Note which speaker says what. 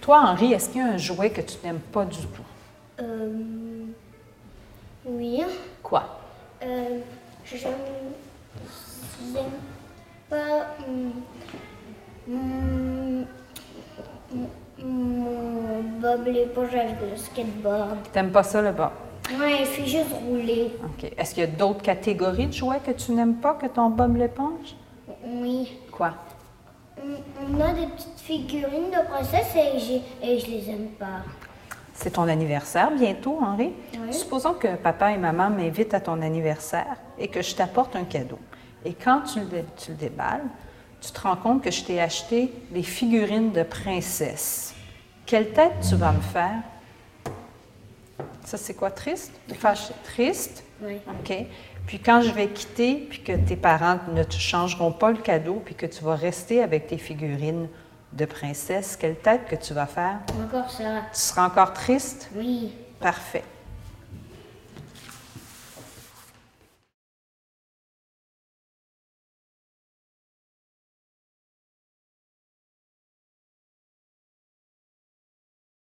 Speaker 1: Toi, Henri, est-ce qu'il y a un jouet que tu n'aimes pas du tout?
Speaker 2: Euh, oui.
Speaker 1: Quoi?
Speaker 2: Euh, je n'aime pas hum, hum, hum, mon mm, bob l'éponge avec le skateboard.
Speaker 1: T'aimes pas ça là-bas?
Speaker 2: Ouais, il fait juste rouler.
Speaker 1: OK. Est-ce qu'il y a d'autres catégories de jouets que tu n'aimes pas que ton Bob l'éponge?
Speaker 2: Oui.
Speaker 1: Quoi?
Speaker 2: On on a des petites figurines de princesse et, j'ai- et je les aime pas.
Speaker 1: C'est ton anniversaire bientôt, Henri.
Speaker 2: Oui.
Speaker 1: Supposons que papa et maman m'invitent à ton anniversaire et que je t'apporte un cadeau. Et quand tu le, dé- tu le déballes, tu te rends compte que je t'ai acheté des figurines de princesse. Quelle tête tu vas me faire? Ça, c'est quoi? Triste? Fâché? Triste?
Speaker 2: Oui.
Speaker 1: OK. Puis quand je vais quitter, puis que tes parents ne te changeront pas le cadeau, puis que tu vas rester avec tes figurines de princesse, quelle tête que tu vas faire?
Speaker 2: Encore ça.
Speaker 1: Tu seras encore triste?
Speaker 2: Oui.
Speaker 1: Parfait.